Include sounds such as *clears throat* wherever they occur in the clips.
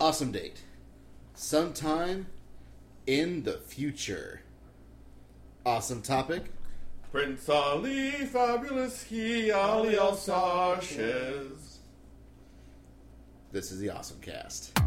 Awesome date. Sometime in the future. Awesome topic. Prince Ali, fabulous he, Ali Al Sanchez. This is the Awesome Cast.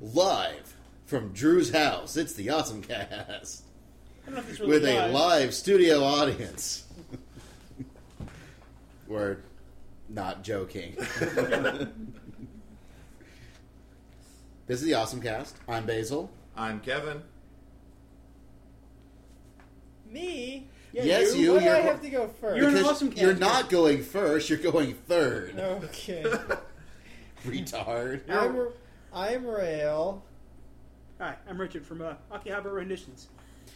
Live from Drew's house. It's the Awesome Cast I don't know if it's really with a live. live studio audience. *laughs* We're not joking. this is the Awesome Cast. I'm Basil. *laughs* I'm Kevin. Me? Yes, you, Why do I you're- have to go 1st *laughs* You're an Because awesome You're cast. not going first. You're going third. *laughs* okay. Retard. I'm, I'm Rail. Hi, I'm Richard from uh, Akihabara Renditions.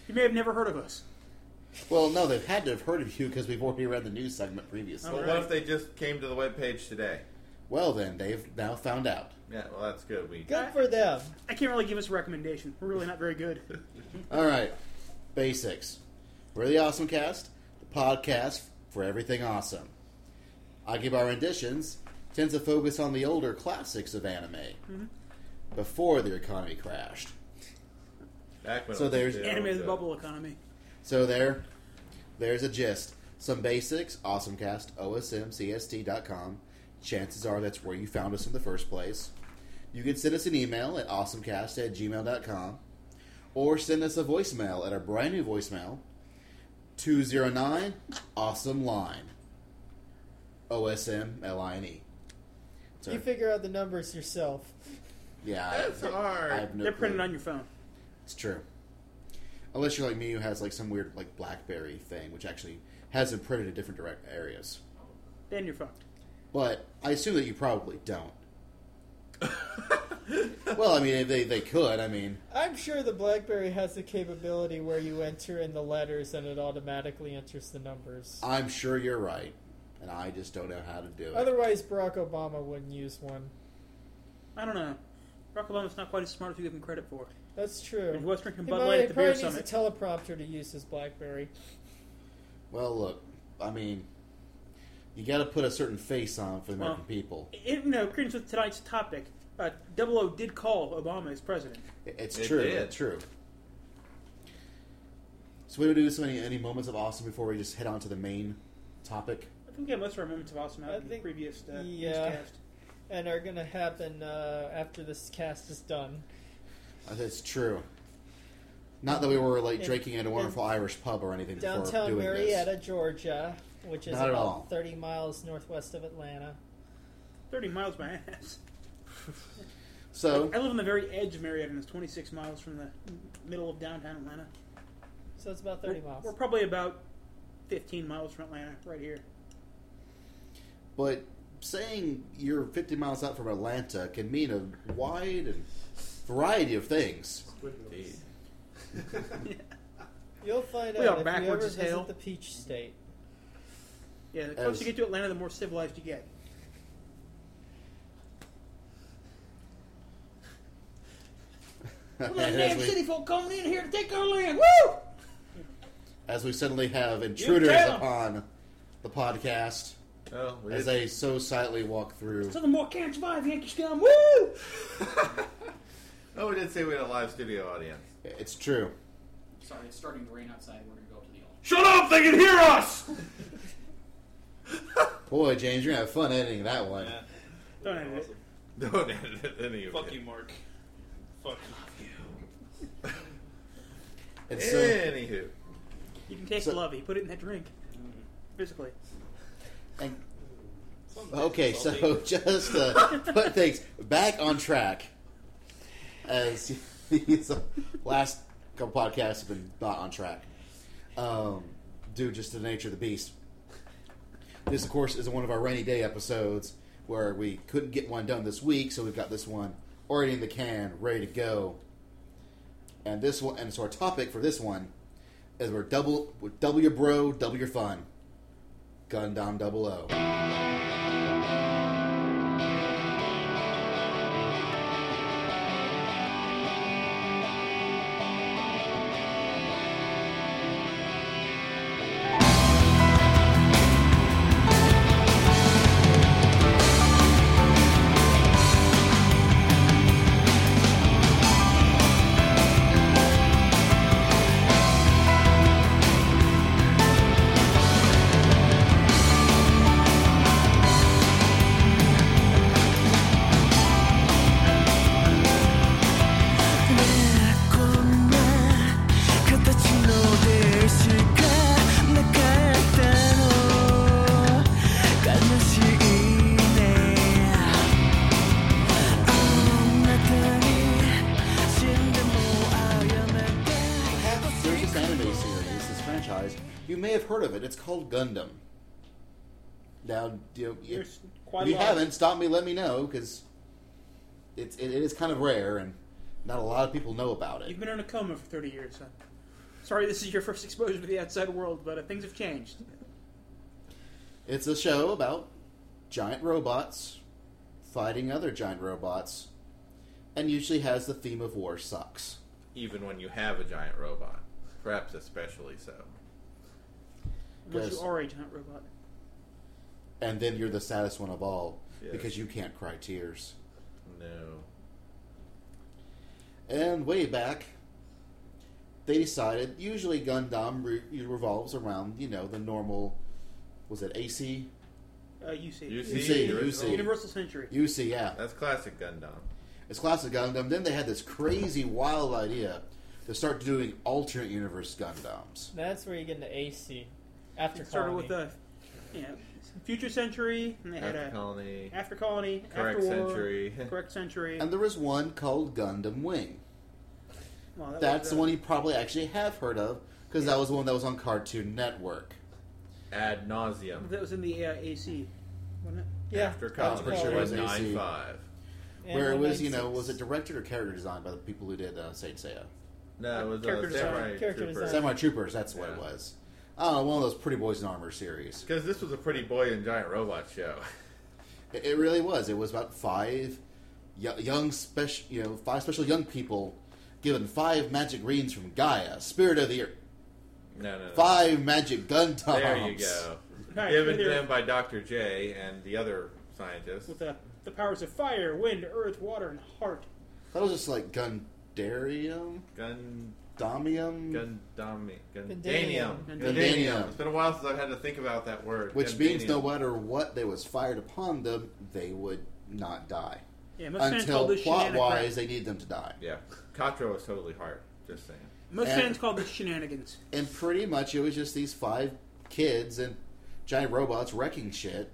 You may have never heard of us. Well, no, they've had to have heard of you because we've already read the news segment previously. Oh. Well, what if they just came to the webpage today? Well, then they've now found out. Yeah, well, that's good. We Good for them. I can't really give us a recommendation. We're really not very good. *laughs* All right, basics. We're the Awesome Cast, the podcast for everything awesome. I give our renditions tends to focus on the older classics of anime before the economy crashed. back when So it was there's- still Anime is good. the bubble economy. So there, there's a gist. Some basics, AwesomeCast, osmcst.com. Chances are that's where you found us in the first place. You can send us an email at awesomecast at gmail.com or send us a voicemail at our brand new voicemail, 209 Awesome Line. O S M L I N E. You Sorry. figure out the numbers yourself. Yeah, I- That's hard. I *laughs* have no They're printed clue. on your phone. It's true. Unless you're like me, who has like some weird like BlackBerry thing, which actually has it printed in different direct areas. Then you're fucked. But I assume that you probably don't. well, I mean, if they they could, I mean, I'm sure the BlackBerry has the capability where you enter in the letters and it automatically enters the numbers. I'm sure you're right, and I just don't know how to do it. Otherwise, Barack Obama wouldn't use one. I don't know. Barack Obama's not quite as smart as you give him credit for. That's true. And Western He can Bud might- Light he at the probably beer needs summit. a teleprompter to use his BlackBerry. well, look, I mean, you got to put a certain face on for the American Well- people. In Eh, no, according with tonight's topic, uh, Double O did call Obama as president. It- It's It true. did. It's true. So, what do we do? So, any any moments of awesome before we just head on to the main topic? I think we had most of our moments of awesome out I in the think- previous uh, yeah. newscast. And are going to happen uh, after this cast is done. Uh, That's true. Not that we were like In- drinking at a wonderful Irish pub or anything before Downtown doing Marietta, Georgia, which is Not at about all. 30 miles northwest of Atlanta. 30 miles my ass. this. So I live on the very edge of Marietta, and it's 26 miles from the middle of downtown Atlanta. So it's about 30 we're, miles. We're probably about 15 miles from Atlanta, right here. But saying you're 50 miles out from Atlanta can mean a wide and variety of things. Indeed. You'll find We out are if you ever backwards as visit hell. the Peach State. Yeah, the That closer is- you get to Atlanta, the more civilized you get. *laughs* And as, we, folk coming in here to take our land. Woo! as we suddenly have intruders tell 'em. upon the podcast Oh, we as did- they so silently walk through. So the more can't survive, Yankees come. Woo! *laughs* oh, we did say we had a live studio audience. *laughs* It's true. Sorry, it's starting to rain outside. We're gonna go up to the altar. Shut up! They can hear us. Boy, James, you're going to have fun editing that one. Yeah. Don't edit it. Don't edit any of Fuck it. you, Mark. Fuck you. And so, Anywho, You can taste So- love. He put it in that drink. Physically. and Okay, so *laughs* just uh, put things back on track. As these last couple podcasts have been not on track, um, due just to the nature of the beast. This, of course, is one of our rainy day episodes where we couldn't get one done this week, so we've got this one already in the can, ready to go. And this one, and so our topic for this one is we're double, we're double your bro, double your fun. Gundam Double O. 「こんな形のでしかなかったの」「悲しいね」「あなたに死んでもあやめて」 There's this anime series, this franchise. You may have heard of it. It's called Gundam. Now, you know, if, There's quite if a you lot. haven't, stop me. Let me know because it's it, it is kind of rare and not a lot of people know about it. You've been in a coma for 30 years, son. Sorry, this is your first exposure to the outside world, but uh, things have changed. It's a show about giant robots fighting other giant robots, and usually has the theme of war sucks. Even when you have a giant robot, perhaps especially so. Unless Yes. you are a giant robot. And then you're the saddest one of all Yes. because you can't cry tears. No. And way back, they decided usually Gundam re- revolves around you know the normal was it AC Uh, UC. You You see, see, you're- you see. Universal Century. UC yeah That's classic Gundam. it's classic Gundam. Then they had this crazy wild idea to start doing alternate universe Gundams. That's where you get into AC. After It started colony. with a yeah, Future Century, and they had After a Colony. After Colony, Correct After War, Century. Correct Century. And there was one called Gundam Wing. Well, that That's was, the uh, one you probably actually have heard of because that was the one that was on Cartoon Network. Ad nauseum. That was in the uh, AC, wasn't it? yeah, After I'm Colony. pretty sure it was AC. nine five. and where it one was, you know, 96. was it directed or character designed by the people who did uh, Saint Seiya? No, it was Character a design. Samurai Character Trooper. design. Samurai Troopers. That's what it Yeah. was. Oh, one of those Pretty Boys in Armor series. Because this was a pretty boy and giant robot show. *laughs* It, it really was. It was about five yo- young special, you know, five special young people given five magic rings from Gaia, spirit of the earth, No, no, no. five magic gun toms. There you go. Right, Given there- to them by Dr. J and the other scientists. With the the powers of fire, wind, earth, water, and heart. That was just like Gundarium, Gun, Domium, Gundami, Gundanium. Gundanium. Gundanium. It's been a while since I've had to think about that word. which means Gundanium. no matter what they was fired upon them, they would not die. Yeah, most fans call Until this plot shenanigan- wise, they need them to die. Yeah. Katro was totally hard. Just saying. Most And- fans call this shenanigans. And pretty much it was just these five kids and giant robots wrecking shit.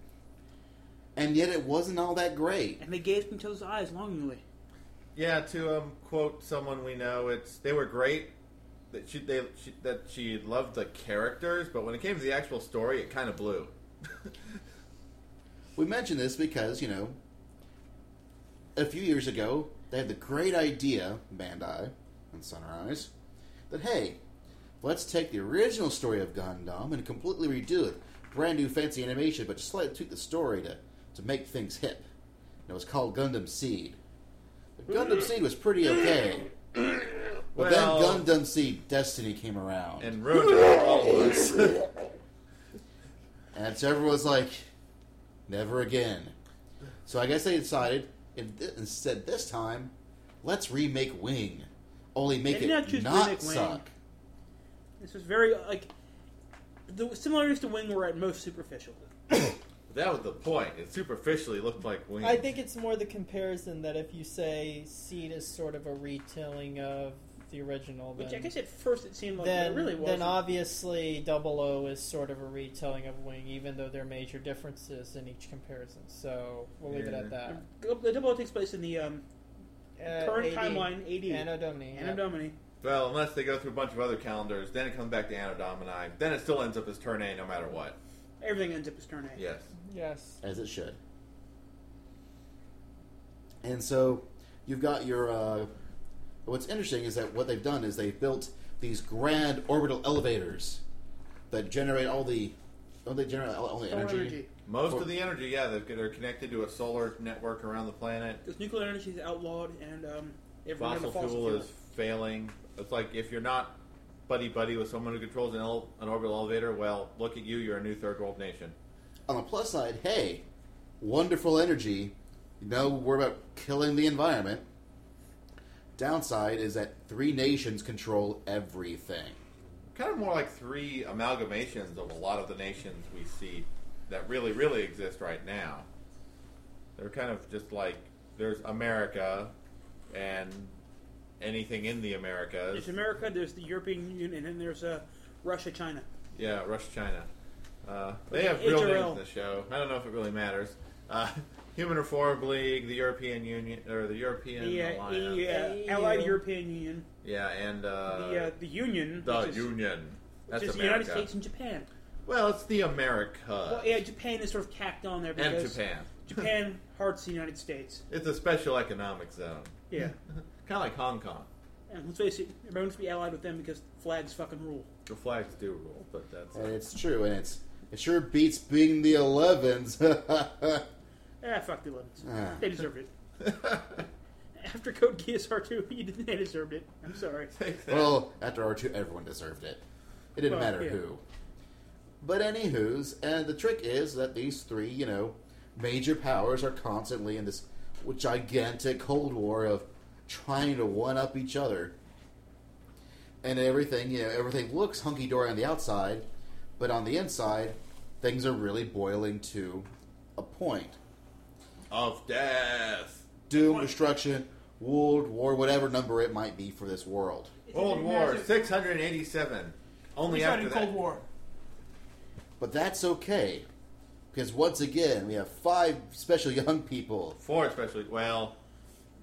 And yet it wasn't all that great. And they gazed into his eyes longingly. Yeah, to um, quote someone we know, it's they were great. That she they she, that she loved the characters, but when it came to the actual story, it kind of blew. *laughs* We mention this because, you know, a few years ago, they had the great idea, Bandai and Sunrise, that hey, let's take the original story of Gundam and completely redo it. Brand new fancy animation, but just slightly tweak the story to, to make things hip. And it was called Gundam Seed. But Gundam Seed was pretty okay. But Well- then Gundam Seed Destiny came around. and ruined it for all of us. *laughs* And so everyone's like, never again. So I guess they decided, in th- instead this time, let's remake Wing. Only make did not it choose to not remake Wing. suck. This was very like the similarities to Wing were at most superficial. that was the point. It superficially looked like wings. I think it's more the comparison that if you say Seed is sort of a retelling of the original. Then, Which I guess at first it seemed like then, there really then wasn't. obviously Double O is sort of a retelling of Wing, even though there are major differences in each comparison. So we'll leave it at that. the double takes place in the um, Uh, current AD. timeline, AD, Anno Domini. Anno Domini. Well, unless they go through a bunch of other calendars, then it comes back to Anno Domini. Then it still ends up as turn A no matter what. Everything ends up as turn A. Yes. Yes. as it should. And so you've got your. Uh, what's interesting is that what they've done is they've built these grand orbital elevators that generate all the. Don't they generate all the Solar energy? energy. Most For- of the energy, yeah, they've- they're connected to a solar network around the planet. Because nuclear energy is outlawed, and um, everyone Fossil, on the fuel, is failing. It's like if you're not buddy buddy with someone who controls an, ele- an orbital elevator, well, look at you, you're a new third world nation. On the plus side, hey, wonderful energy. No worry about killing the environment. Downside is that three nations control everything. Kind of more like three amalgamations of a lot of the nations we see that really, really exist right now. They're kind of just like there's America and anything in the Americas. There's America, there's the European Union, and then there's uh, Russia, China. Yeah, Russia, China. Uh, they have H- real HRL. names in the show. I don't know if it really matters. Uh, *laughs* Human Reform League, the European Union, or the European The uh, Alliance. EU, uh, EU. Allied European Union, Yeah, and uh, the uh, the Union, the which is, Union. which That's is the America. United States and Japan. Well, it's the America well, yeah, Japan is sort of tacked on there and because Japan. Japan hearts the United States. *laughs* It's a special economic zone, Yeah, kind of like Hong Kong. and let's face it, everyone wants to be allied with them because flags fucking rule. The flags do rule, but that's And it's true, and it's it sure beats being the *laughs* 11s. Ah, fuck the Lemons. Ah. They deserved it. After Code Geass R2, *laughs* you didn't, they deserved it. I'm *laughs* sorry. Well, after R2, everyone deserved it. It didn't Well, matter yeah. who. But anywho's, and the trick is that these three, you know, major powers are constantly in this gigantic Cold War of trying to one up each other. And everything, you know, everything looks hunky dory on the outside, but on the inside, things are really boiling to a point. *laughs* of death. Doom, destruction, world war, whatever number it might be for this world. World War six hundred eighty-seven. Only We started after that. in Cold War. But that's okay. Because once again, we have five special *laughs* young people. Four especially. Well,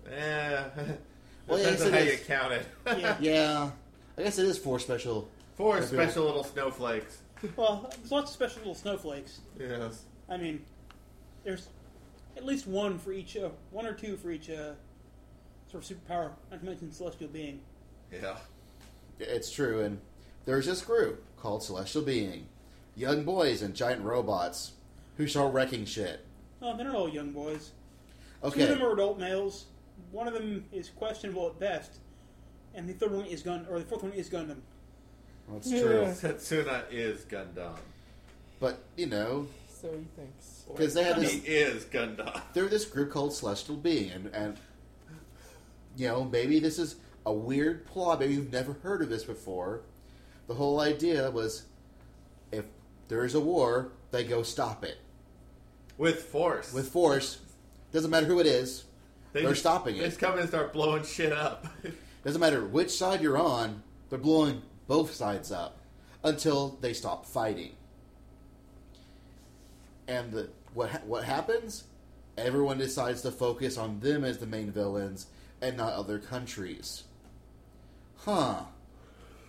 eh, *laughs* Well, yeah, yes, depends on it how is. you count it. Yeah. Yeah, I guess it is four special. *laughs* Four Maybe special little snowflakes. Well, there's lots of special little snowflakes. Yes. I mean, there's at least one for each, uh, one or two for each uh, sort of superpower, not to mention celestial being. Yeah. It's true, and there's this group called Celestial Being. Young boys and giant robots who start wrecking shit. Oh, they're not all young boys. Two of Okay, them are adult males. One of them is questionable at best, and the third one is gun, or the fourth one is Gundam. that's true. Yeah. *laughs* Setsuna is Gundam. But, you know, So he thinks. because they have He this is Gundam. they're this group called Celestial Being, and, and you know, maybe this is a weird plot. Maybe you've never heard of this before. The whole idea was, if there is a war, they go stop it With force. with force. Doesn't matter who it is. they they're just- stopping They it. just come in and start blowing shit up. *laughs* Doesn't matter which side you're on. They're blowing both sides up until they stop fighting. And the, what ha- what happens? Everyone decides to focus on them as the main villains and not other countries. Huh?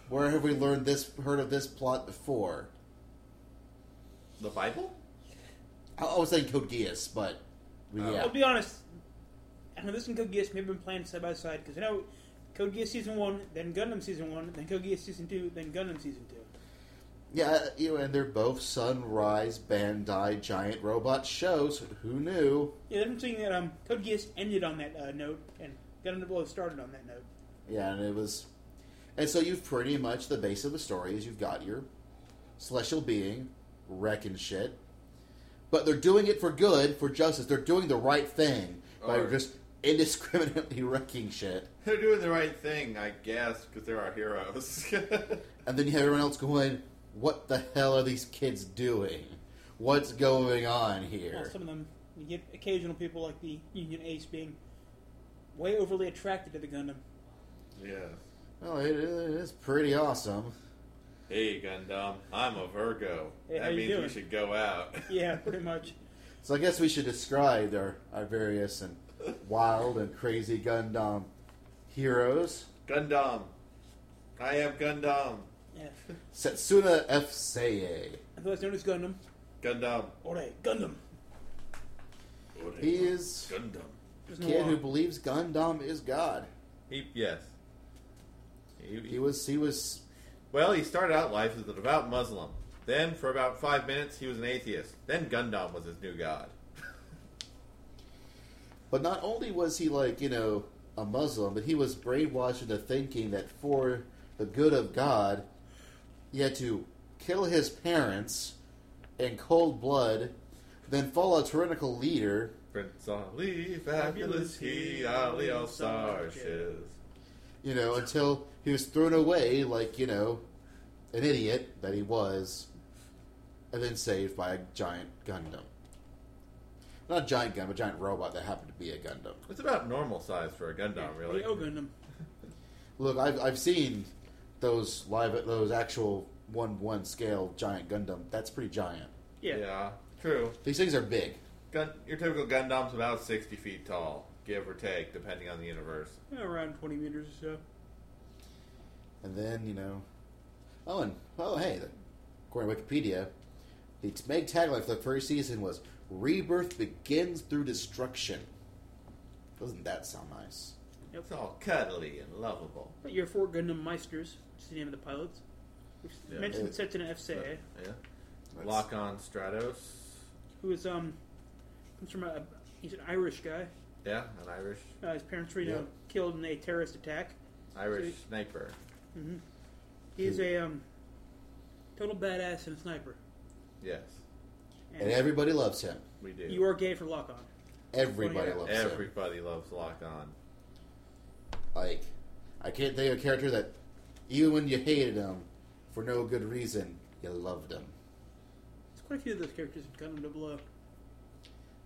Where have we learned this? Heard of this plot before? the Bible? I, I was saying Code Geass, but Oh. yeah, I'll be honest. I know this and Code Geass may have been planned side by side because I know Code Geass season one, then Gundam season one, then Code Geass season two, then Gundam season two. yeah. You know, and they're both Sunrise Bandai giant robot shows. Who knew? Yeah, I'm seeing that um, Code Geass ended on that uh, note, and Gundam Blow started on that note. Yeah, and it was, and so you've pretty much the base of the story is you've got your celestial being wrecking shit, but they're doing it for good, for justice. They're doing the right thing by Alright. just indiscriminately *laughs* wrecking shit, They're doing the right thing, I guess, because they're our heroes. *laughs* and then you have everyone else going, "What the hell are these kids doing? What's going on Well, here?" some of them you get occasional people like the Union Ace being way overly attracted to the Gundam. yeah. Well, it, it is pretty awesome. Hey Gundam, I'm a Virgo. Hey, how that you means we doing? should go out. Yeah, *laughs* pretty much. So I guess we should describe our, our various and wild and crazy Gundam heroes. *laughs* Gundam. I am Gundam. Yeah. Setsuna F. Seiya. Otherwise known as Gundam. Gundam. Ore, Gundam. He is Gundam. There's a no kid law. who believes Gundam is God. He yes. He, He was he was well, he started out life as a devout Muslim. Then, for about five minutes, he was an atheist. Then Gundam was his new god. But not only was he like, you know, a Muslim, but he was brainwashed into thinking that for the good of God, he had to kill his parents in cold blood, then follow a tyrannical leader. Prince Ali, fabulous he, Ali al Sarshes. you know, until he was thrown away like, you know, an idiot that he was, and then saved by a giant Gundam. Not a giant Gundam, a giant robot that happened to be a Gundam. It's about normal size for a Yeah, Gundam, really. Hey, oh, Gundam. Look, I've, I've seen those live, those actual 1 1 scale giant Gundam. That's pretty giant. Yeah. yeah, true. These things are big. Gun, your typical Gundam's about 60 feet tall, give or take, depending on the universe. Around 20 meters or so. And then, you know. Oh, and, oh, hey, according to Wikipedia, the main tagline for the first season was Rebirth begins through destruction. Doesn't that sound nice? It's all cuddly and lovable. But your four Gundam Meisters, which is the name of the pilots, which Yeah. Oh. mentioned Yeah. Setsuna F. Seiya, Yeah. That's- Lock on Stratos. who is, um, comes from a, he's an Irish guy. Yeah, an Irish Uh, his parents were, you know, Yeah. killed in a terrorist attack. Irish So- sniper. hmm He's a, um, total badass and a sniper. Yes, And everybody loves him. we do. you are gay for lock on. Everybody Yeah, loves him. Everybody loves Lock on. Like, I can't think of a character that, even when you hated him for no good reason, you loved him. There's quite a few of those characters in Gundam Double O.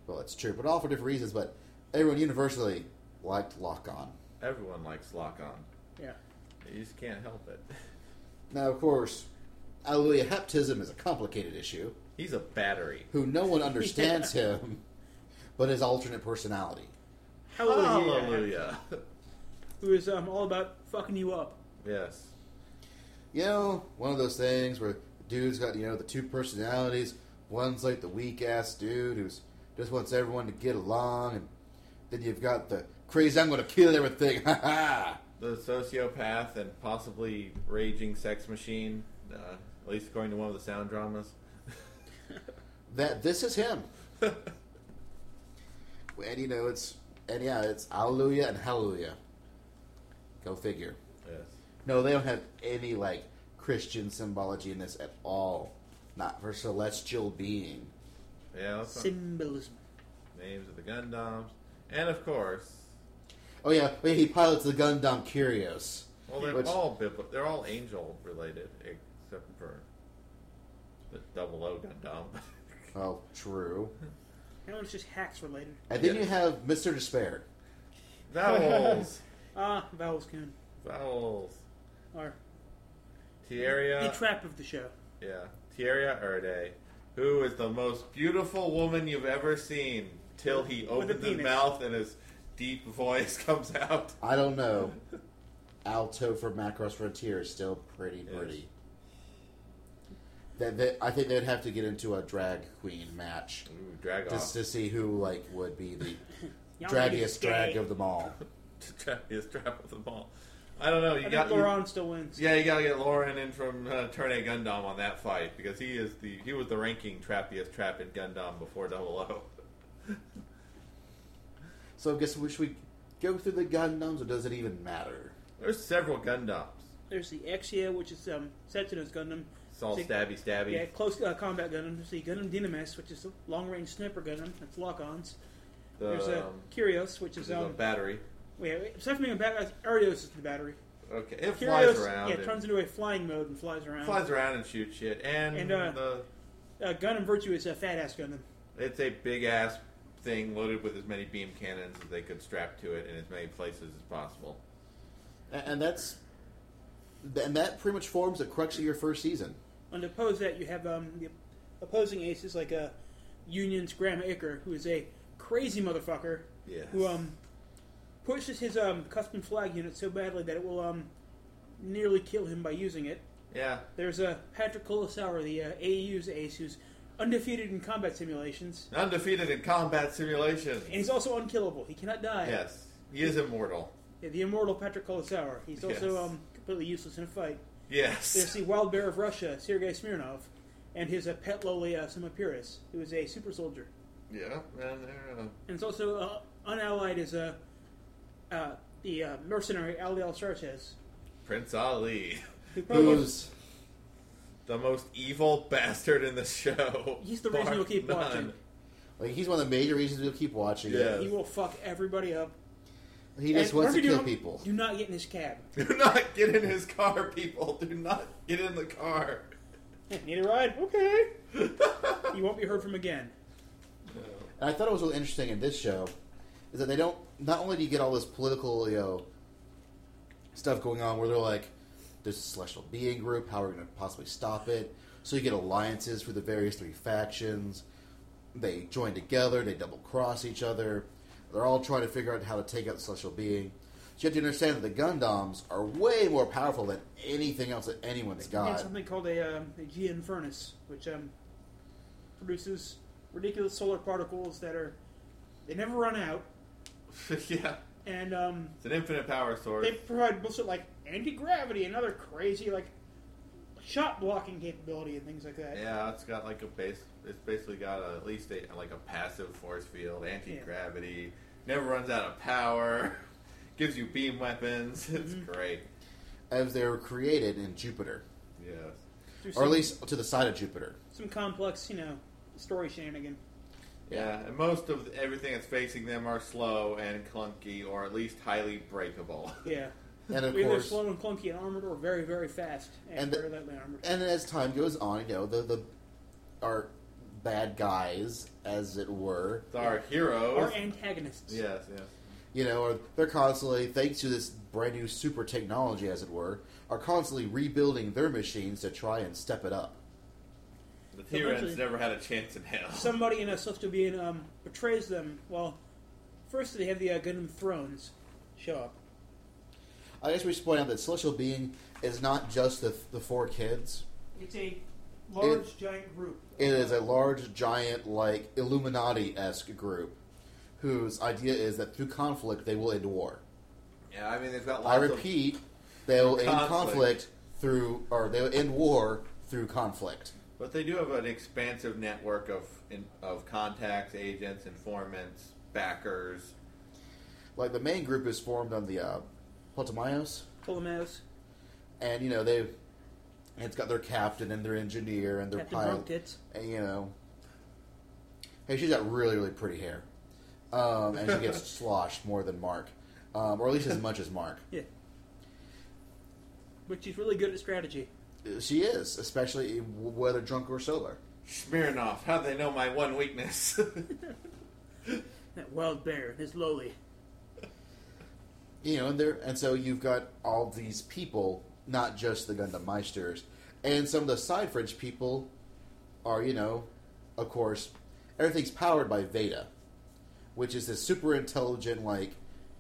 Well, it's true, but all for different reasons. But everyone universally liked Lock On. Everyone likes Lock on. Yeah. You just can't help it. *laughs* Now, of course, Alleluia Heptism is a complicated issue. He's a battery. Who no one understands him, but his alternate personality. Hallelujah. Hallelujah. *laughs* Who is, um, all about fucking you up. yes. You know, one of those things where dude's got you know the two personalities. One's like the weak ass dude who's just wants everyone to get along, and then you've got the crazy I'm going to kill everything. *laughs* Ha ha. The sociopath and possibly raging sex machine, uh, at least according to one of the sound dramas. *laughs* That this is him, and you know it's and yeah it's Alleluia and Hallelujah. Go figure. yes. No, they don't have any like Christian symbology in this at all. Not for celestial being. Yeah, that's what- Symbolism. names of the Gundams. And of course, Oh yeah, wait, he pilots the Gundam Curios. well, they're Which- all bibli- they're all angel related, except for the Double O Gundam. *laughs* Oh, true. That one's just hacks related. And then Yes. you have Mr. Despair. *laughs* Vowels, Ah, Vowels Coon. vowels. Or the Tierra, trap of the show. yeah, Tierra Erde, who is the most beautiful woman you've ever seen, till he With a opens his penis. mouth and his deep voice *laughs* comes out. I don't know. Alto for Macross Frontier is still pretty Yes. pretty. That, that I think they'd have to get into a drag queen match Ooh, drag just to off. see who like would be the Y'all niggas draggiest gay. drag of them all. *laughs* His trap of them all. I don't know. You I got think you- Laurent still wins. Yeah, you gotta get Lauren in from uh, Turn A Gundam on that fight because he is the he was the ranking trappiest trap in Gundam before Double O. *laughs* So I guess we should we go through the Gundams, or does it even matter? There's several Gundams. There's the Exia, which is um, Setsuna's Gundam. It's all Sig- stabby stabby. Yeah, close uh, combat Gundam. There's the Gundam Dynamis, which is the long-range sniper Gundam. That's lock-ons. the, There's a um, Curios, which this is is a um. battery. Wait, wait, aside from being a battery, Arios is the battery. Okay, it Curios, flies around. yeah, and, turns into a flying mode and flies around. flies around and shoots shit. And, And, uh, the Uh, Gundam Virtue is a fat-ass Gundam. it's a big ass thing loaded with as many beam cannons as they could strap to it in as many places as possible. A- And that's and that pretty much forms the crux of your first season. And to oppose that, you have um, the opposing aces like uh, Union's Graham Icker, who is a crazy motherfucker Yes. who um, pushes his um, custom flag unit so badly that it will um, nearly kill him by using it. yeah. There's uh, Patrick Colasauer, the uh, AU's ace, who's undefeated in combat simulations, Undefeated in combat simulation. and he's also unkillable. He cannot die. Yes. He is immortal. Yeah, the immortal Patrick Colasauer. He's also Yes. um, completely useless in a fight. There's Yes. the wild bear of Russia, Sergei Smirnov, and his uh, pet lowly uh, Simopiris, who is a super soldier. yeah. And there, uh, And it's also uh, unallied is uh, uh, the uh, mercenary Ali Al Sartes. Prince Ali. who probably- Who's The most evil bastard in the show. He's the reason Bar you'll keep none. watching. like he's one of the major reasons we'll keep watching Yeah. it. He will fuck everybody up. He just wants And to whenever you kill do- people. Do not get in his cab. *laughs* Do not get in his car, people. Do not get in the car. *laughs* Need a ride? Okay. you won't be heard from again. And I thought it was really interesting in this show is that they don't. Not only do you get all this political, you know, stuff going on where they're like, "There's a celestial being group. How are we going to possibly stop it?" So you get alliances for the various three factions. They join together. They double cross each other. They're all trying to figure out how to take out the celestial being. So you have to understand that the Gundams are way more powerful than anything else that anyone's And got. something called a, um, a GN furnace, which um, produces ridiculous solar particles that are they never run out, yeah. and um, It's an infinite power source. they provide bullshit like anti gravity and other crazy like shot blocking capability and things like that. Yeah, it's got like a base. It's basically got a, at least a, like a passive force field, anti gravity. Never runs out of power. *laughs* Gives you beam weapons. *laughs* It's great. As they were created in Jupiter, Yes. Through or at some- least to the side of Jupiter. some complex, you know, story shenanigan. Yeah, and most of everything that's facing them are slow and clunky, or at least highly breakable. *laughs* Yeah. And of Either course, slow and clunky and armored or very, very fast and, And the- very lightly armored. and as time goes on, you know the the our bad guys, as it were, It's our heroes. Or antagonists. Yes, yes. you know, are they're constantly thanks to this brand new super technology, as it were, are constantly rebuilding their machines to try and step it up. The Tyrants eventually- never had a chance in hell. Somebody in a celestial being um, betrays them. Well, first they have the uh, Gundam Thrones show up. I guess we should point out that Celestial Being is not just the the four kids; It's a large, giant group. it is a large, giant, like Illuminati esque group whose idea is that through conflict they will end war. *laughs* Yeah, I mean they've got I lots of repeat, they'll end Conflict. conflict through, or they'll end war through conflict. But they do have an expansive network of in, of contacts, agents, informants, backers. Like the main group is formed on the uh, Ptolemaios, Ptolemaeus, and you know they, and it's got their captain and their engineer and their Captain pilot, Brumkitz. and you know, hey, she's got really really pretty hair, um, and she *laughs* gets sloshed more than Mark, um, or at least as much as Mark. Yeah. But she's really good at strategy. She is, especially whether drunk or sober. Smirnoff, how they know my one weakness? *laughs* That wild bear and his lowly. you know, and there, and so you've got all these people, not just the Gundam Meisters, and some of the side fringe people are, you know, of course, everything's powered by Veda, which is this super intelligent like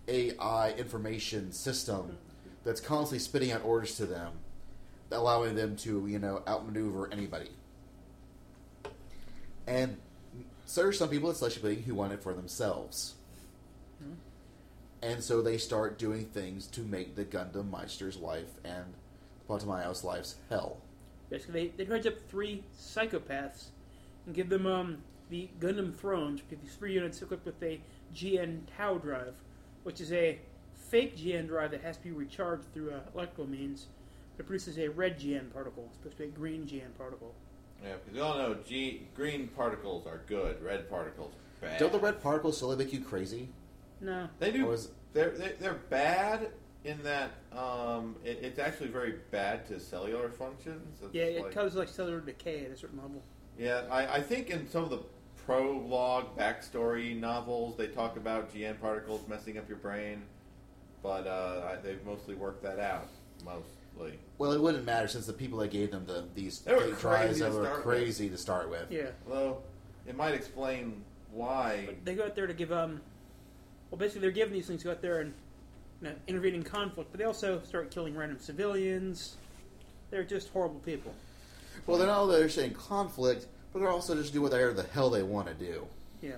AI information system that's constantly spitting out orders to them, allowing them to, you know, outmaneuver anybody. And so there's some people at Slushy Pudding who want it for themselves. And so they start doing things to make the Gundam Meister's life and Potomayo's life's hell. Basically, they, they dredge up three psychopaths and give them um, the Gundam Thrones, which are these three units equipped with a GN Tau drive, which is a fake GN drive that has to be recharged through uh, electrical means. It produces a red GN particle. It's supposed to be a green GN particle. yeah, because we all know G- green particles are good, red particles are bad. Don't the red particles slowly make you crazy? No. They do. Or is- they're, they're they're bad in that um, it, it's actually very bad to cellular functions. It's Yeah, it like- causes like cellular decay at a certain level. Yeah, I, I think in some of the prologue backstory novels, they talk about GN particles messing up your brain, but uh, I, they've mostly worked that out. Mostly. Honestly, Well, it wouldn't matter since the people that gave them the these They were hate cries crazy that to were start with. crazy to start with. Yeah. although it might explain why. But they go out there to give um, well, basically they're giving these things to go out there and you know, intervene in conflict, but they also start killing random civilians. They're just horrible people. Well, they're not only they're saying conflict, but they're also just do whatever the hell they want to do. Yeah.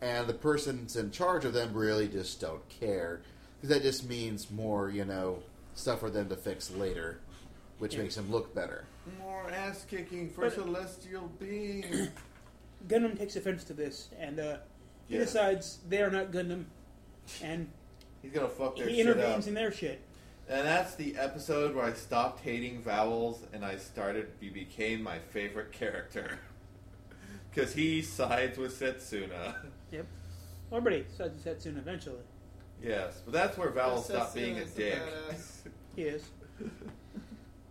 and the person's in charge of them really just don't care because that just means more you know stuff for them to fix later which Yeah. makes them look better More ass kicking for But- celestial *coughs* beings. Gundam takes offense to this, and uh, he Yeah. decides they are not Gundam, and He's gonna fuck their he shit up. intervenes in their shit. And that's the episode where I stopped hating vowels and I started. He became my favorite character *laughs* because he sides with Setsuna. *laughs* Yep. Well, everybody decides it's that soon eventually. Yes, but that's where Val stopped being a Setsuna is a dick. badass. He is.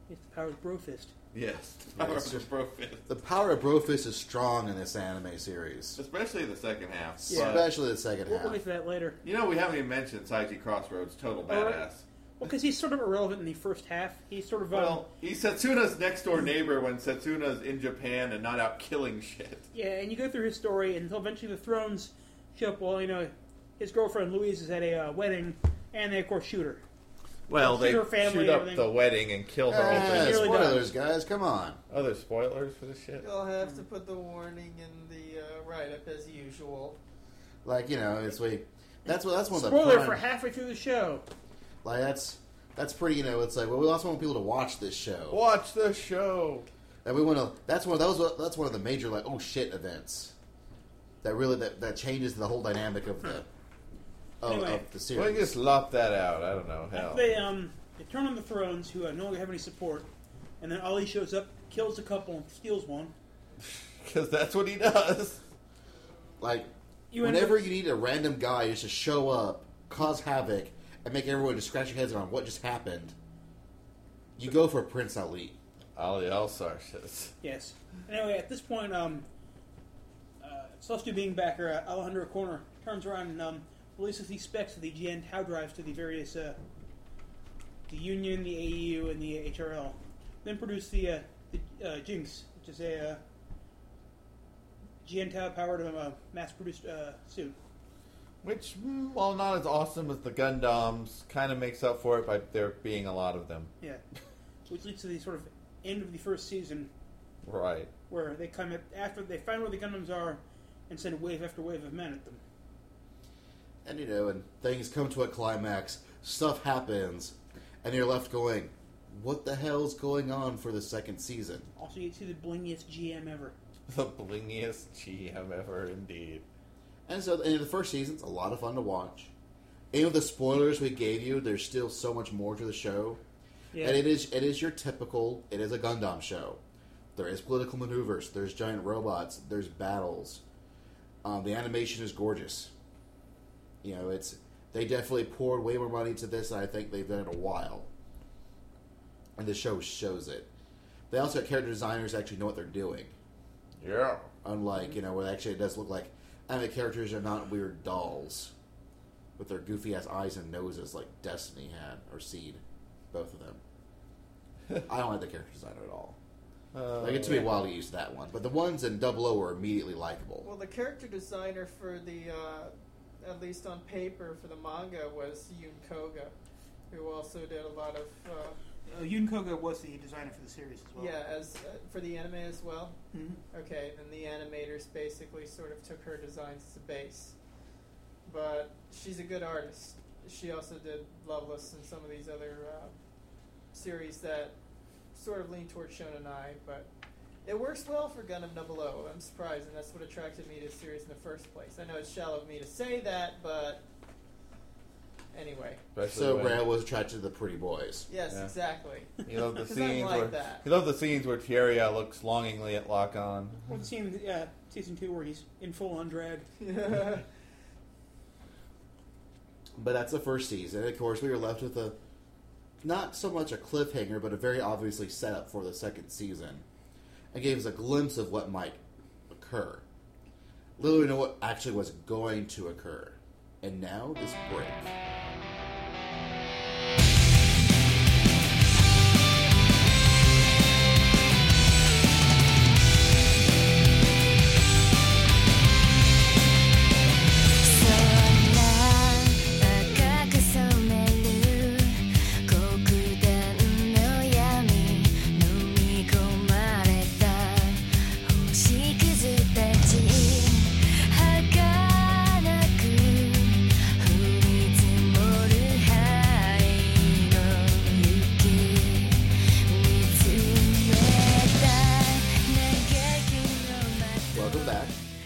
It's the power of Brofist. *laughs* yes, Yes. Power of Brofist. the power of brofist is strong in this anime series especially the second half. Yeah. But, especially the second We'll, half we'll get to that later. you know, we haven't even mentioned Saiji Crossroads, total Alright. badass. Well, because he's sort of irrelevant in the first half. He's sort of um, Well, he's Setsuna's next door neighbor when Setsuna's in Japan and not out killing shit. Yeah, and you go through his story until eventually the thrones show up. Well, you know, his girlfriend Louise is at a uh, wedding, and they of course shoot her. Well, Shoot they her family shoot and up everything. the wedding and kill her. whole Ah, family. Really spoilers guys come on Other spoilers for the shit. You'll have to put the warning in the uh, write-up as usual. like you know it's we that's what that's one of the Spoiler prime- for halfway through the show. like that's that's pretty you know it's like well we also want people to watch this show Watch the show. that we want to that's one of those that's one of the major like oh shit events that really that, that changes the whole dynamic of the of, Anyway. of the Well, you series just lop that out. I don't know After *laughs* how. They um they turn on the thrones who uh, no longer have any support, and then Ali shows up, kills a couple, and steals one. Because that's what he does. like You end whenever up- you need a random guy just to show up cause havoc and make everyone just scratch their heads around what just happened you go for prince ali Ali Elsar shits. yes. Anyway, at this point, um, uh, Celestia being back or uh, Alejandro Corner turns around and um releases the specs of the GN Tau drives to the various uh the Union, the AEU, and the HRL. Then produce the uh, the uh, Jinx, which is a uh, GN Tau powered uh, mass produced uh, suit. Which, mm, while not as awesome as the Gundams, kind of makes up for it by there being a lot of them. Yeah. Which leads to the sort of end of the first season Right. *laughs* where they come at, after they find where the Gundams are and send wave after wave of men at them. and you know and things come to a climax stuff happens and you're left going what the hell's going on for the second season Also, you see the blingiest GM ever. The blingiest GM ever, indeed. And so, and the first season's a lot of fun to watch. Any of the spoilers we gave you, there's still so much more to the show. Yeah. And it is it is your typical it is a Gundam show. There is political maneuvers. There's giant robots. There's battles. Um, the animation is gorgeous. You know, it's they definitely poured way more money into this than I think they've done in a while. And the show shows it. They also have character designers that actually know what they're doing. Yeah. Unlike, you know, where actually it does look like anime characters are not weird dolls with their goofy ass eyes and noses like Destiny had, or Seed, both of them. *laughs* I don't like the character designer at all. *laughs* Uh, Like, it took me a while to use that one. But the ones in Double O are immediately likable. Well, the character designer for the, uh, at least on paper for the manga, was Yun Koga, who also did a lot of, uh, Uh, Yun Koga was the designer for the series as well. yeah, as uh, for the anime as well. Mhm. Okay, then the animators basically sort of took her designs as a base. But she's a good artist. She also did Loveless and some of these other uh, series that sort of lean towards Shonen Ai, but it works well for Gundam 00. I'm surprised, and that's what attracted me to the series in the first place. I know it's shallow of me to say that, but anyway. especially So when- Rhea was attracted to the pretty boys. Yes, Yeah. exactly. *laughs* You love the 'Cause I scenes like where that. you love the scenes where Tieria looks longingly at Lock-On. Well, the scene uh, season two where he's in full on drag. But that's the first season. Of course, we were left with a not so much a cliffhanger, but a very obviously setup for the second season. It gave us a glimpse of what might occur. Little we know what actually was going to occur. And now this break. 「君の声が聞こえる」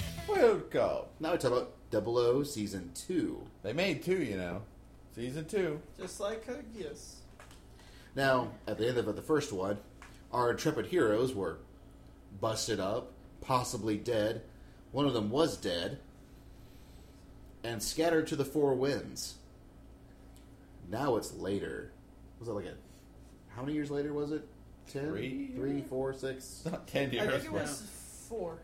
to talk about Double O season two. They made two, you know. Season two. Just like Code Now, at the end of the first one, our intrepid heroes were busted up, possibly dead. One of them was dead, and scattered to the four winds. Now it's later. Was that like a how many years later was it? Ten, Three? three, four, *laughs* six. It's not ten I years. think it man. was four.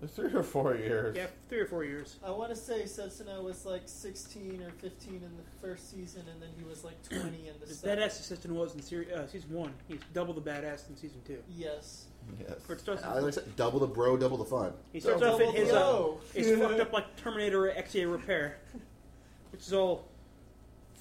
It was three or four years. Yeah, three or four years. I want to say Setsuna was like 16 or 15 in the first season, and then he *clears throat* was like 20 in the As second. badass as Seston was in seri- uh, season one, he's double the badass in season two. Yes. Yes. Where it starts, I like said, double the bro, double the fun. he starts Double off in his uh, O. his fucked *laughs* up like Terminator XA repair, which is all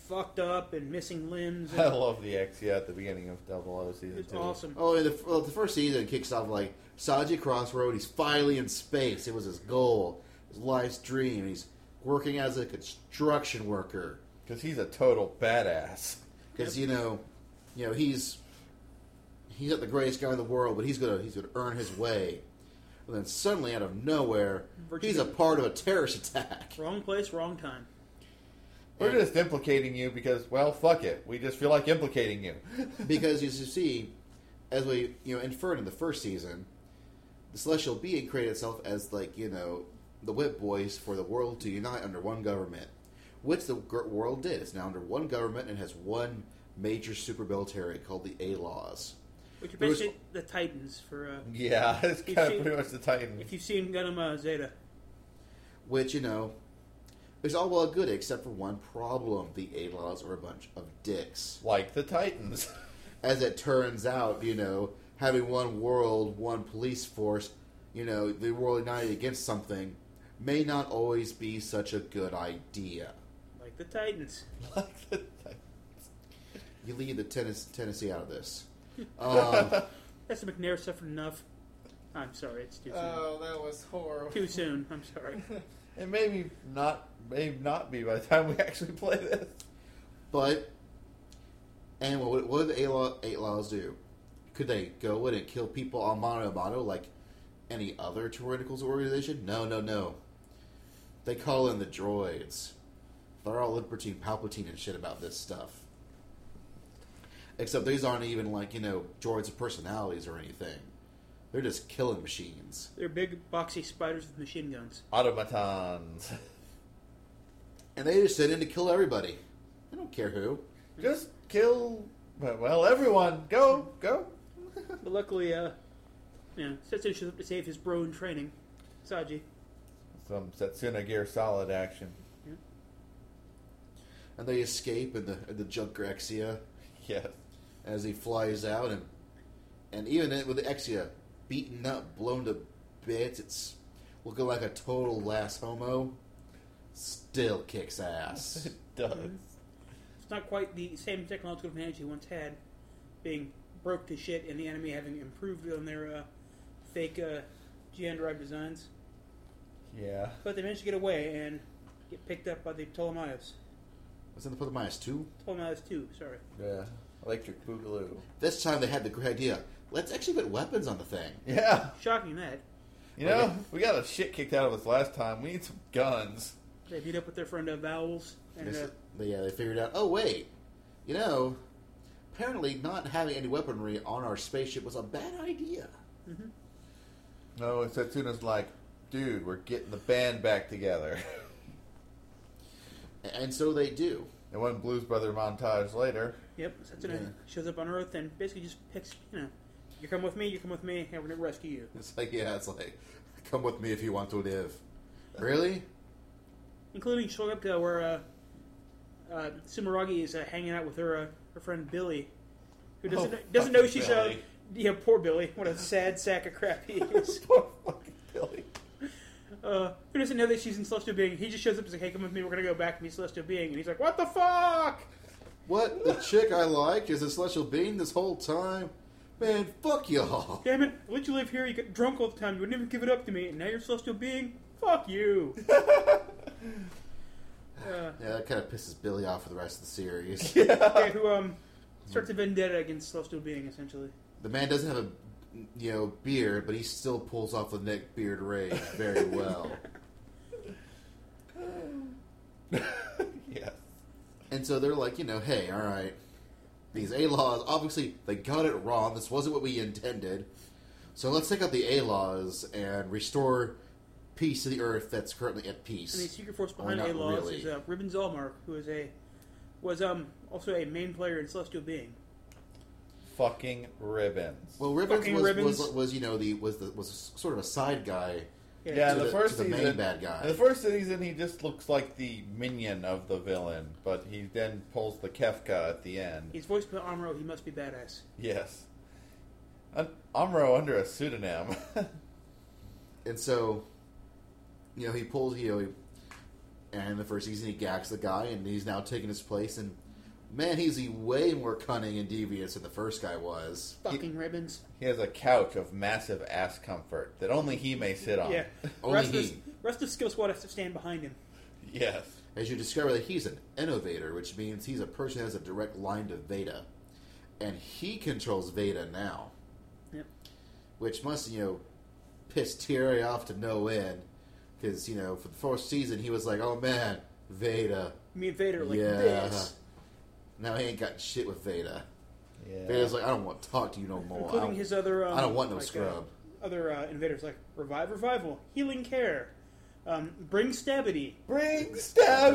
fucked up and missing limbs. I And love the X yeah at the beginning of Double O season it's two. awesome. Oh, and the, well, the first season kicks off like Saji Crossroad. He's finally in space. It was his goal, his life's dream. He's working as a construction worker. Because he's a total badass. because you know, you know he's he's not the greatest guy in the world, but he's gonna he's gonna earn his way. And then suddenly, out of nowhere, Virtue he's a part of a terrorist attack. Wrong place, wrong time. We're just implicating you because, well, fuck it. We just feel like implicating you. *laughs* because as you see, as we you know inferred in the first season, the celestial being created itself as like you know the whip boys for the world to unite under one government, which the gr- world did. It's now under one government and has one major super military called the A Laws. Which are There was- basically the Titans for uh, Yeah, *laughs* it's You kind of see- pretty much the Titan. if you've seen Gundam uh, Zeta. which you know is all well and good except for one problem the a-laws are a bunch of dicks Like the Titans. as it turns out you know having one world one police force you know the world united against something may not always be such a good idea Like the Titans. *laughs* like the Titans. you leave the tennis, tennessee out of this um, That's the McNair suffered enough. I'm sorry, it's too soon. Oh, that was horrible. too *laughs* soon. I'm sorry. *laughs* It may be not, may not be by the time we actually play this. But and what what did the eight, law, eight laws do? Could they go in and kill people on mano a mano like any other tyrannical organization? No, no, no. They call in the droids. They're all Libertine, Palpatine, and shit about this stuff. Except these aren't even like you know droids of personalities or anything. They're just killing machines. They're big, boxy spiders with machine guns. Automatons. *laughs* And they just send in to kill everybody. I don't care who. Just kill, well, everyone. Go, go. But luckily, uh, you know, Setsu shows up to save his bro in training, Saji. *laughs* Some Setsuna Gear solid action. *laughs* And they escape in the in the Junker Exia. Yes. as he flies out and and even it- with the Exia beaten up, blown to bits, it's looking like a total last homo. Still kicks *laughs* ass. It does. It's not quite the same technological advantage he once had, being broke to shit and the enemy having improved on their uh, fake uh, GN derived designs. Yeah. But they managed to get away and get picked up by the Ptolemaios. Was in the Ptolemaios too. Ptolemaios 2, sorry. Yeah. Electric Boogaloo. This time they had the great idea. Let's actually put weapons on the thing. Yeah. Shocking that. You know, we got a shit kicked out of us last time. We need some guns. They meet up with their friend uh, Vowels and This- uh, but yeah, they figured out. Oh wait, you know, apparently not having any weaponry on our spaceship was a bad idea. mm-hmm, No, and Setsuna's like, dude, we're getting the band back together. *laughs* A- And so they do. *laughs* and one Blues Brother montage later. *laughs* Yep, Setsuna Yeah. shows up on Earth and basically just picks, you know, you come with me, you come with me, and we're going to rescue you. It's like yeah, it's like come with me if you want to live. Really? Including showing up to where uh, uh, Sumeragi is uh, hanging out with her uh, her friend Billy, who doesn't Oh, doesn't know fucking she's uh, Billy. yeah poor Billy. What a sad sack of crap he *laughs* is. *laughs* Poor fucking Billy. uh, who doesn't know that she's in Celestial Being? He just shows up and is like, "Hey, come with me. We're gonna go back and meet Celestial Being." And he's like, "What the fuck?" What the chick I liked is a celestial being this whole time? Man, fuck y'all. Damn it! Would you live here? You get drunk all the time. You would never give it up to me, and now you're Celestial Being. Fuck you. uh, Yeah, that kind of pisses Billy off for the rest of the *laughs* series. yeah, who um starts a vendetta against Celestial Being essentially. the man doesn't have a you know beard, but he still pulls off the neck beard raid very well. And so they're like, you know, hey, all right, these A laws, obviously they got it wrong. This wasn't what we intended. So let's take out the A laws and restore peace to the earth that's currently at peace. And the secret force Or behind not A Laws really. is uh, Ruben Zalmark, who is a was um also a main player in Celestial Being. Fucking ribbons. Well, Ribbons Fucking was, Ribbons. was was you know the was the was sort of a side guy. yeah, to the, the- first to the main season, bad guy. in The first season, he just looks like the minion of the villain, but he then pulls the Kefka at the end. He's voiced by Amro. He must be badass. Yes, An- Amro under a pseudonym. *laughs* And so, you know, he pulls, you know, he, and the first season he gags the guy, and he's now taken his place. And man, he's he way more cunning and devious than the first guy was. Fucking ribbons. he has a couch of massive ass comfort that only he may sit on. *laughs* Oh, Yeah. Only rest, Of, he. rest of Skill Squad has to stand behind him. yes. As you discover that he's an innovator, which means he's a person that has a direct line to Veda, and he controls Veda now. Yep. Which must you know piss Thierry off to no end, because you know for the fourth season he was like, oh man, Veda. Me and Vader are like Yeah. this, Now he ain't got shit with Veda. Yeah. Veda's like, I don't want to talk to you no more. I including don't- his other. Um, I don't want no like, uh, scrub. other uh, invaders like revive, revival, healing care, um, bring *laughs* stabity, Bring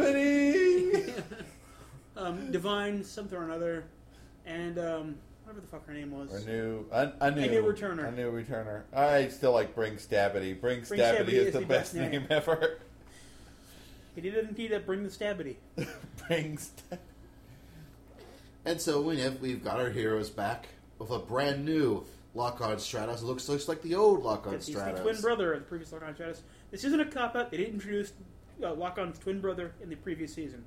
Stabity! um, divine something or another, and um, whatever the fuck her name was. *laughs* Or new, a, a new, new returner. A new returner. I still like Bring Stabity. Bring Bring Stabity, is the best name, ever. *laughs* He did indeed uh, bring the stabity. Bring Stabity. And so we have, we've got our heroes back with a brand new Lockon Stratos. It looks just like the old Lockon He's the Stratos. twin brother of the previous Lock On Stratus. This isn't a cop out. They didn't introduce uh, Lock On's twin brother in the previous season.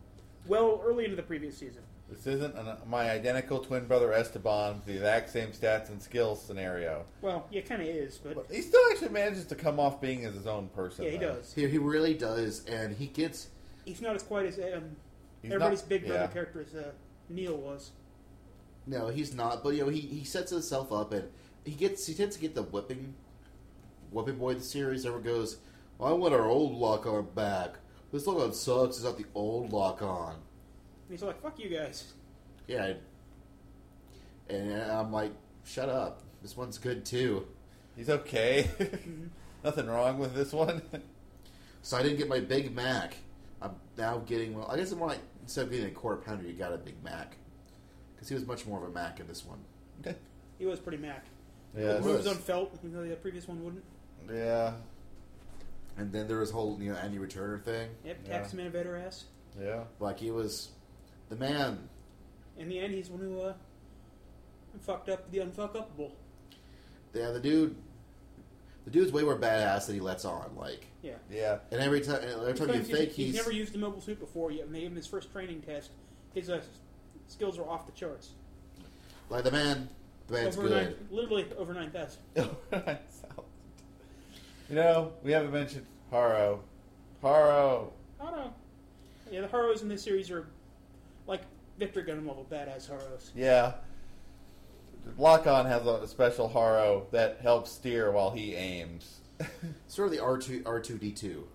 Well, early into the previous season. This isn't an, my identical twin brother Esteban, with the exact same stats and skills scenario. Well, yeah, kind of is, but But he still actually manages to come off being as his own person. yeah, he though. does. He, he really does, and he gets. He's not as quite as um, He's everybody's not- big brother yeah. character as uh, Neil was. No, he's not. But you know, he, he sets himself up, and he gets he tends to get the whipping, whipping boy. Of the series ever goes. I want our old Lockon back. This Lockon sucks. It's not the old Lockon. And he's like, "Fuck you guys." Yeah. I- And I'm like, shut up. This one's good too. He's okay. *laughs* Mm-hmm. Nothing wrong with this one. *laughs* So I didn't get my Big Mac. I'm now getting well. I guess it's more like instead of getting a quarter pounder, you got a Big Mac because he was much more of a Mac in this one. He was pretty mac. yes. Well, Moves on felt, even though the previous one wouldn't. Yeah. And then there was whole you know Andy Returner thing. Yep, Yeah. tax man invader ass. Yeah. Like he was the man. In the end, he's the one who uh, fucked up the unfuckupable. Yeah, the dude. The dude's way more badass than he lets on. Like, Yeah. Yeah. *laughs* and every time, every time you Sometimes think he's, he's, never used a mobile suit before yet. And they gave him his first training test. His uh, skills are off the charts. like the man, the man's over good. Nine, literally over nine thousand. you know, we haven't mentioned Haro. Haro. I don't know. Yeah, the Haros in this series are like Victor Gunn level badass Haros. Yeah. Lock-On has a special Haro that helps steer while he aims. *laughs* Sort of the R two R two D two.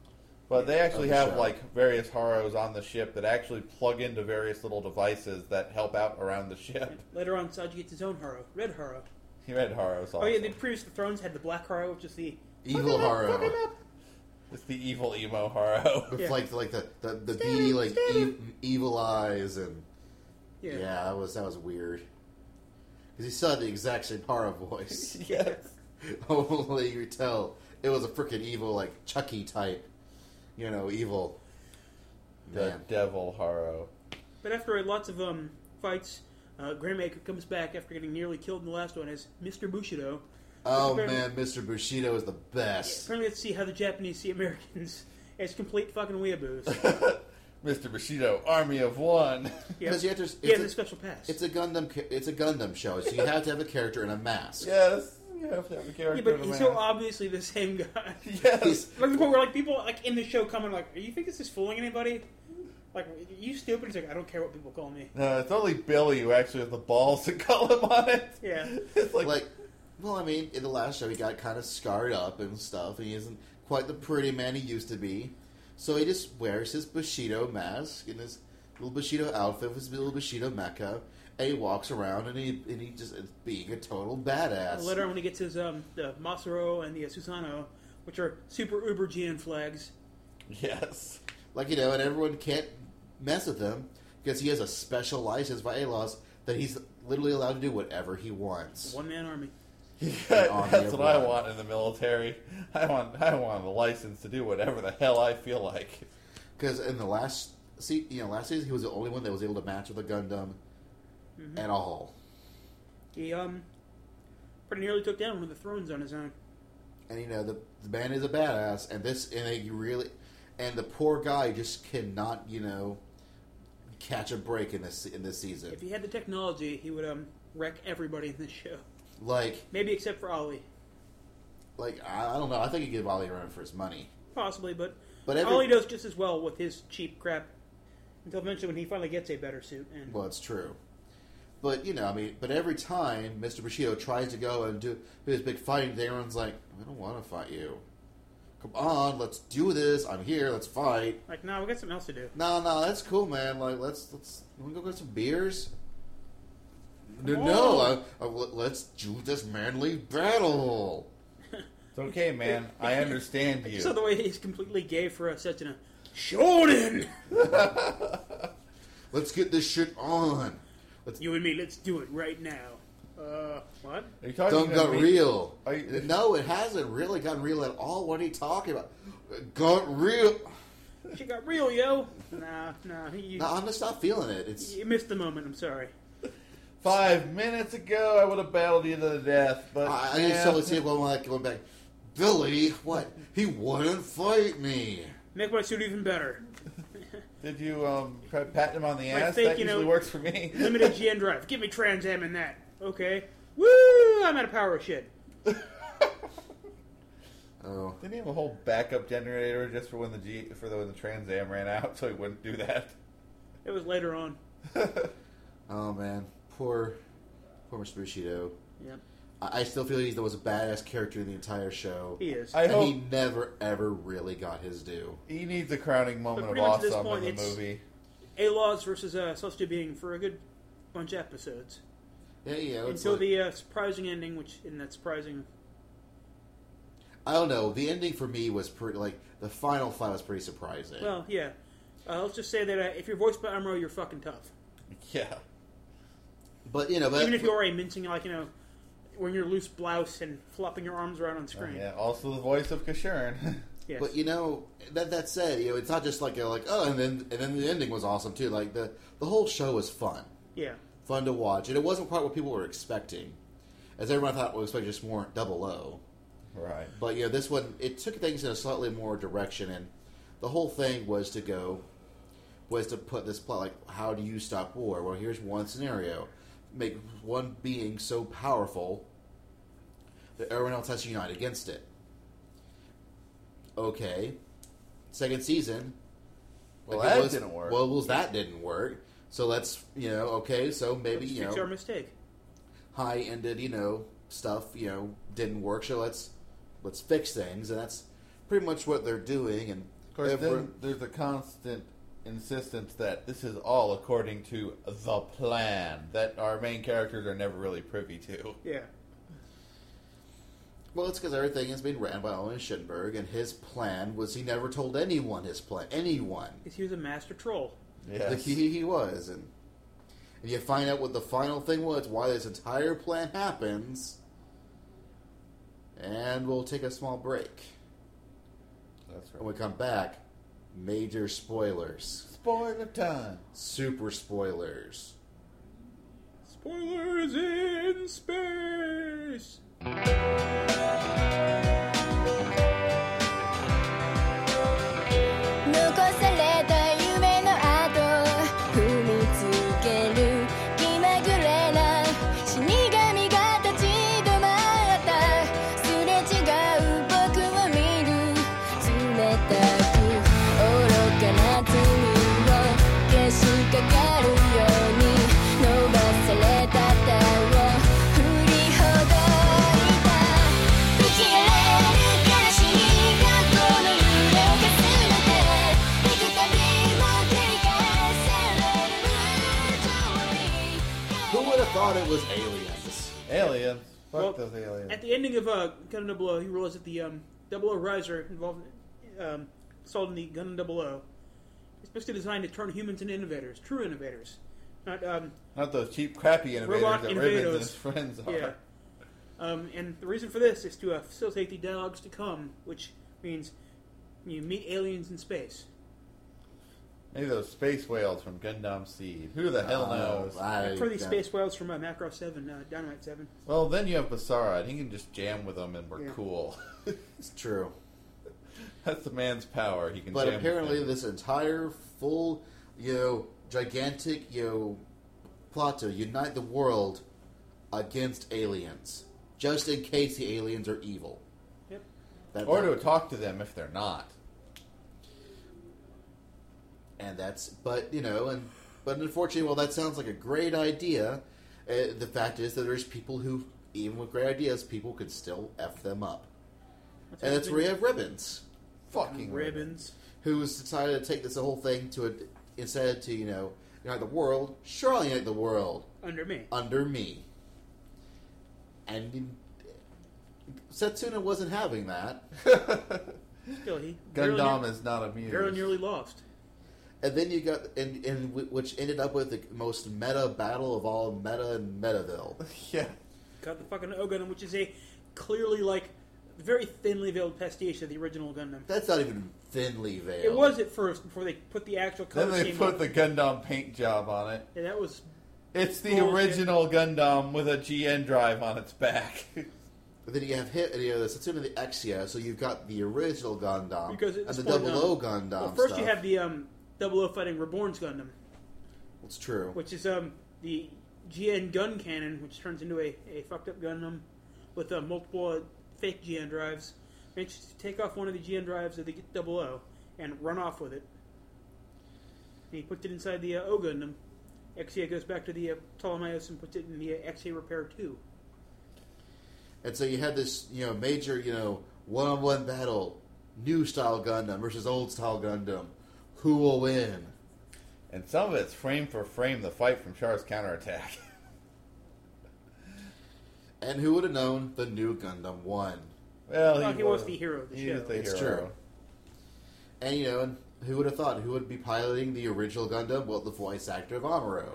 But they actually Of the have show. like various Haros on the ship that actually plug into various little devices that help out around the ship. *laughs* And later on, Saji gets his own Haro, Red Haro. He read Haros. Also. Oh yeah, the previous the Thrones had the Black Haro, which is the Evil Haro. it's the evil emo Haro. *laughs* With Yeah. like like the the, the beady like e- evil eyes and yeah. Yeah, that was that was weird. Because he still had the exact same horror voice. *laughs* yes. Only you could tell it was a freaking evil, like Chucky type, you know, evil. *laughs* The Man. devil Haro. *laughs* But after lots of um fights, uh, Grandmaker comes back after getting nearly killed in the last one as Mr. Bushido. Oh apparently- man, Mr. Bushido is the best. Apparently, let's see how the Japanese see Americans *laughs* as complete fucking *laughs* weeaboos. Mr. Bushido, Army of One. *laughs* Yeah. Because you have to, it's, He has a a, special pass. it's a Gundam, ca- it's a Gundam show, so you have to have a character in a mask. yes, you have to have a yeah, character. but in a he's mask. so obviously the same guy. *laughs* *laughs* Yes. Like the point where like people like in the show coming like, "Are you think this is fooling anybody?" Like, "Are you stupid? He's like, "I don't care what people call me." No, it's only Billy who actually has the balls to *laughs* call him on it. Yeah. *laughs* It's like, Like, well, I mean, in the last show, he got kind of scarred up and stuff, and he isn't quite the pretty man he used to be. So he just wears his Bushido mask and his little Bushido outfit with his little Bushido mecha, and he walks around and he and he just is being a total badass. Later on, when he gets his um, the Masaro and the uh, Susano, which are super uber GN flags. Yes. Like you know, and everyone can't mess with him because he has a special license by A laws that he's literally allowed to do whatever he wants. One man army. on That's the what I other. want in the military. I want I want a license to do whatever the hell I feel like. Because in the last see, you know, last season he was the only one that was able to match with a Gundam Mhm. at all, He um, pretty nearly took down one of the thrones on his own. and you know the the man is a badass, and this and they really, and the poor guy just cannot you know catch a break in this in this season. If he had the technology, he would um wreck everybody in this show. Like Maybe except for Ollie, like I, I don't know, I think he give Ollie a run for his money, possibly, but but every Ollie does just as well with his cheap crap. Until eventually, when he finally gets a better suit, and Well, it's true. But you know, I mean, but every time Mr. Bushido tries to go and do his big fighting thing, everyone's like, "I don't want to fight you. Come on, let's do this. I'm here. Let's fight." like, nah, we got something else to do. No, no, that's cool, man. Like, let's let's you wanna go get some beers. No, Come no, on. I, I- let's do this manly battle. It's okay, man. I understand I you. just love the way he's completely gay for a such an a Jordan. Let's get this shit on. Let's You and me, let's do it right now. Uh, what? Are you talking Don't to got me? real. Are you- no, it hasn't really gotten real at all. What are you talking about? Got real. She got real, yo. Nah, nah, you, No, I'm just not feeling it. It's you missed the moment. I'm sorry. Five minutes ago, I would have battled you to the death, but I, I need yeah. someone to see it when I going back. Billy, what? He wouldn't fight me. Make my suit even better. Did you um, try to pat him on the I ass? think, that you know, usually works for me. *laughs* Limited GN drive. Give me Trans Am and that. Okay. Woo! I'm out of power of shit. Oh, Didn't he have a whole backup generator just for when the G for the, when the Trans Am ran out, so he wouldn't do that? *laughs* It was later on. oh man, poor, poor Mr. Bushido. Yep. I, I still feel he's the most badass character in the entire show, He is. I and hope he never ever really got his due. he needs a crowning moment of pretty much at this awesome point, in the it's- movie. A Laws versus uh, Celestia Being for a good bunch of episodes. Yeah, you know, it's Until like- the uh, surprising ending, which, in that surprising. I don't know. The ending for me was pretty like the final fight was pretty surprising. Well, yeah. Uh, let's just say that uh, if you're voiced by Amro, you're fucking tough. Yeah, but you know, but Even if you are a mincing, like, you know, wearing your loose blouse and flopping your arms around on Oh, screen. yeah. Also, the voice of Kashern. Yes. But you know that that said, you know it's not just like you're like oh, and then and then the ending was awesome too. Like the the whole show was fun, yeah. fun to watch, and it wasn't quite what people were expecting, as everyone thought was expecting just more double O. *laughs* right. But you know this one, it took things in a slightly more direction, and the whole thing was to go was to put this plot like how do you stop war? Well, here's one scenario: make one being so powerful that everyone else has to unite against it. Okay, second season. Well, like, it that was- didn't work. Well, well, that didn't work. So let's you know okay. So maybe Let's you fix know our mistake. high ended, you know, stuff, you know, didn't work. So let's let's fix things, and that's pretty much what they're doing. And Of course, if we're- then there's a constant insistence that this is all according to the plan that our main characters are never really privy to. Yeah. well, it's because everything is being ran by Owen Schindberg, and his plan was he never told anyone his plan. Anyone, Because he was a master troll. Yes. like he he was, and and you find out what the final thing was, why this entire plan happens. And we'll take a small break. That's When we come back, major spoilers. Spoiler time. Super spoilers. Spoilers in space! 「残された夢の跡踏みつける気まぐれな死神が立ち止まった」「すれ違う僕を見る」「冷たく愚かな罪を消しかかるように」「伸ばされた手を振りほどいた」「 thought it was aliens. Aliens. Fuck Well, those aliens. At the ending of uh, Gun Double O, he realized that the um, Double O riser involved um, sold in the Gun Double O is basically designed to turn humans into innovators, true innovators, not um, Not those cheap, crappy innovators Robot that Ribbons and innovators. his friends are. yeah. Um, and the reason for this is to uh, facilitate the dialogues to come, which means you meet aliens in space. Maybe those space whales from Gundam Seed. Who the hell Ah, knows? I, Pretty that- space whales from uh, Macro Seven, uh, Dynamite Seven. Well, then you have Basara, and he can just jam with them, and we're Yeah. cool. *laughs* It's true. That's the man's power. He can. But jam with apparently, them. this entire full, you know, gigantic, you know, plot to unite the world against aliens, just in case the aliens are evil. Yep. That, or to talk to them if they're *laughs* not. and that's but you know and but unfortunately, while that sounds like a great idea, uh, the fact is that there's people who, even with great ideas, people could still f them up, and that's where you have ribbons. Fucking ribbons. who's decided to take this whole thing to a, instead to you know unite the world, surely unite the world under me. Uh, under me. And in, Setsuna wasn't having that, Still, he barely Gundam near- is not amused. barely nearly lost. and then you got and, and wh- which ended up with the most meta battle of all meta and Metaville. *laughs* yeah. Got the fucking O Gundam, which is a clearly like very thinly veiled pastiche of the original Gundam. That's not even thinly veiled. It was at first before they put the actual color Then they scheme. put on. the Gundam paint job on it. yeah, that was It's the Bullshit. original Gundam with a GN drive on its back. *laughs* But then you have hit and you have the Setsuna the Exia, so you've got the original Gundam Because at and this the point, Double O Gundam. well, first stuff. you have the um, Double O fighting Reborn's Gundam, it's true. which is um the GN gun cannon, which turns into a, a fucked up Gundam with uh, multiple uh, fake GN drives. Makes you take off one of the GN drives of the Double O and run off with it. And he puts it inside the uh, O Gundam. Exia goes back to the uh, Ptolemaeus and puts it in the uh, Exia Repair 2. And so you had this, you know, major, you know, one-on-one battle, new style Gundam versus old style Gundam. Who will win? and some of it's frame for frame the fight from Char's counterattack. *laughs* And who would have known the new Gundam won? well, Well, he was the hero of the he show. was the It's hero. true. And you know, and who would have thought who would be piloting the original Gundam? Well, the voice actor of Amuro.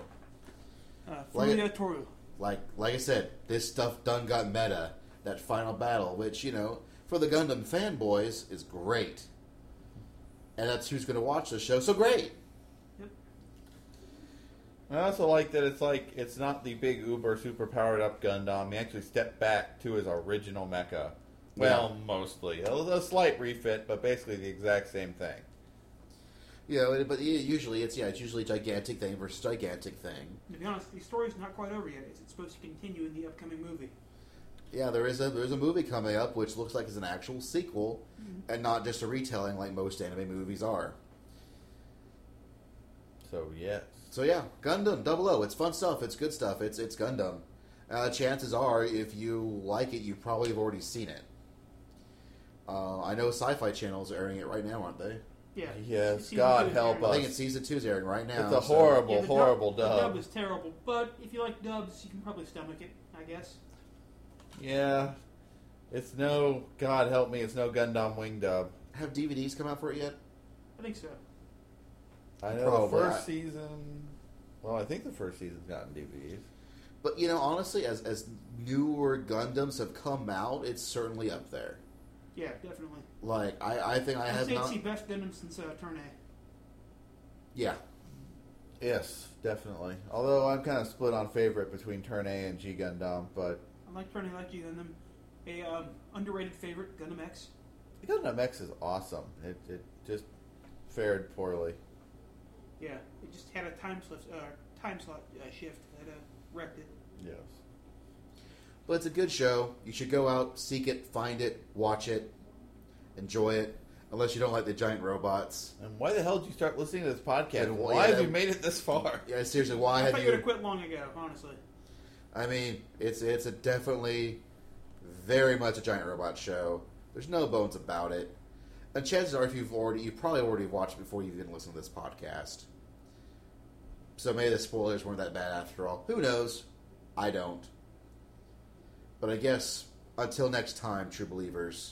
Uh, Like it- Fumina Toru. Like, like I said, this stuff done got meta. That final battle, which you know, for the Gundam fanboys, is great. And that's who's going to watch the show. So great. I also like that it's like it's not the big uber super powered up Gundam. He actually stepped back to his original mecha. Well, mostly a, a slight refit, but basically the exact same thing. You know, but yeah, usually it's yeah, it's usually gigantic thing versus gigantic thing. To be honest, the story's not quite over yet. It's supposed to continue in the upcoming movie. Yeah, there is a there's a movie coming up which looks like it's an actual sequel and not just a retelling like most anime movies are. So yes, So yeah, Gundam Double O. It's fun stuff. It's good stuff. It's it's Gundam. Uh, chances are, if you like it, you probably have already seen it. Uh, I know Sci-Fi Channel's airing it right now, aren't they? Yeah. Yes, Season God two is help airing. us. I think it's season two's airing right now. it's a so- horrible, Yeah, the horrible dub, The dub. dub is terrible, but if you like dubs, you can probably stomach it, I guess. yeah, it's no God help me. It's no Gundam wing dub. Have DVDs come out for it yet? I think so. I know Probably. the first season. Well, I think the first season's gotten DVDs. But you know, honestly, as as newer Gundams have come out, it's certainly up there. Yeah, definitely. Like I, I think I I'd have say it's not. the best Gundam since uh, Turn A. Yeah, Yes, definitely. Although I'm kind of split on favorite between Turn A and G Gundam, but I like Turn A, I like you Gundam. A um, underrated favorite, Gundam X. Gundam X is awesome. It, it just fared poorly. Yeah, it just had a time slip, uh, time slot uh, shift that uh, wrecked it. Yes. but it's a good show. You should go out, seek it, find it, watch it, enjoy it. Unless you don't like the giant robots. And why the hell did you start listening to this podcast? And why why have that- you made it this far? Yeah, seriously, why I, have thought you would you? have quit long ago, honestly. I mean, it's it's a definitely very much a giant robot show. There's no bones about it. And chances are, if you've already, you probably already watched it before you even listened to this podcast. So maybe the spoilers weren't that bad after all. Who knows? I don't. But I guess until next time, true believers,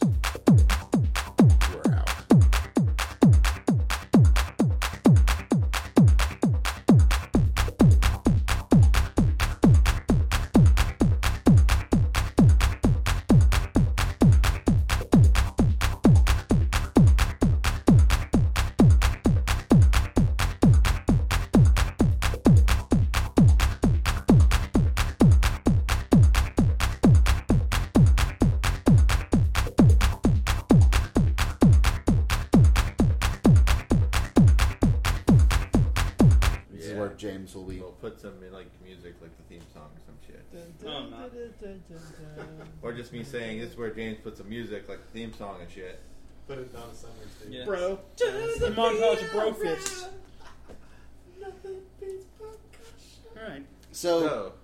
we're out. This is Yeah. where James will be. We'll put some like music, like the theme song or some shit. Dun, No, I'm not. dun, dun, dun, dun. Or just me saying this is where James puts some music, like the theme song and shit. Put it on a summer too. Yeah. Bro. To It's the a montage of beat bro around. fists. Nothing beats percussion. Alright. So, So,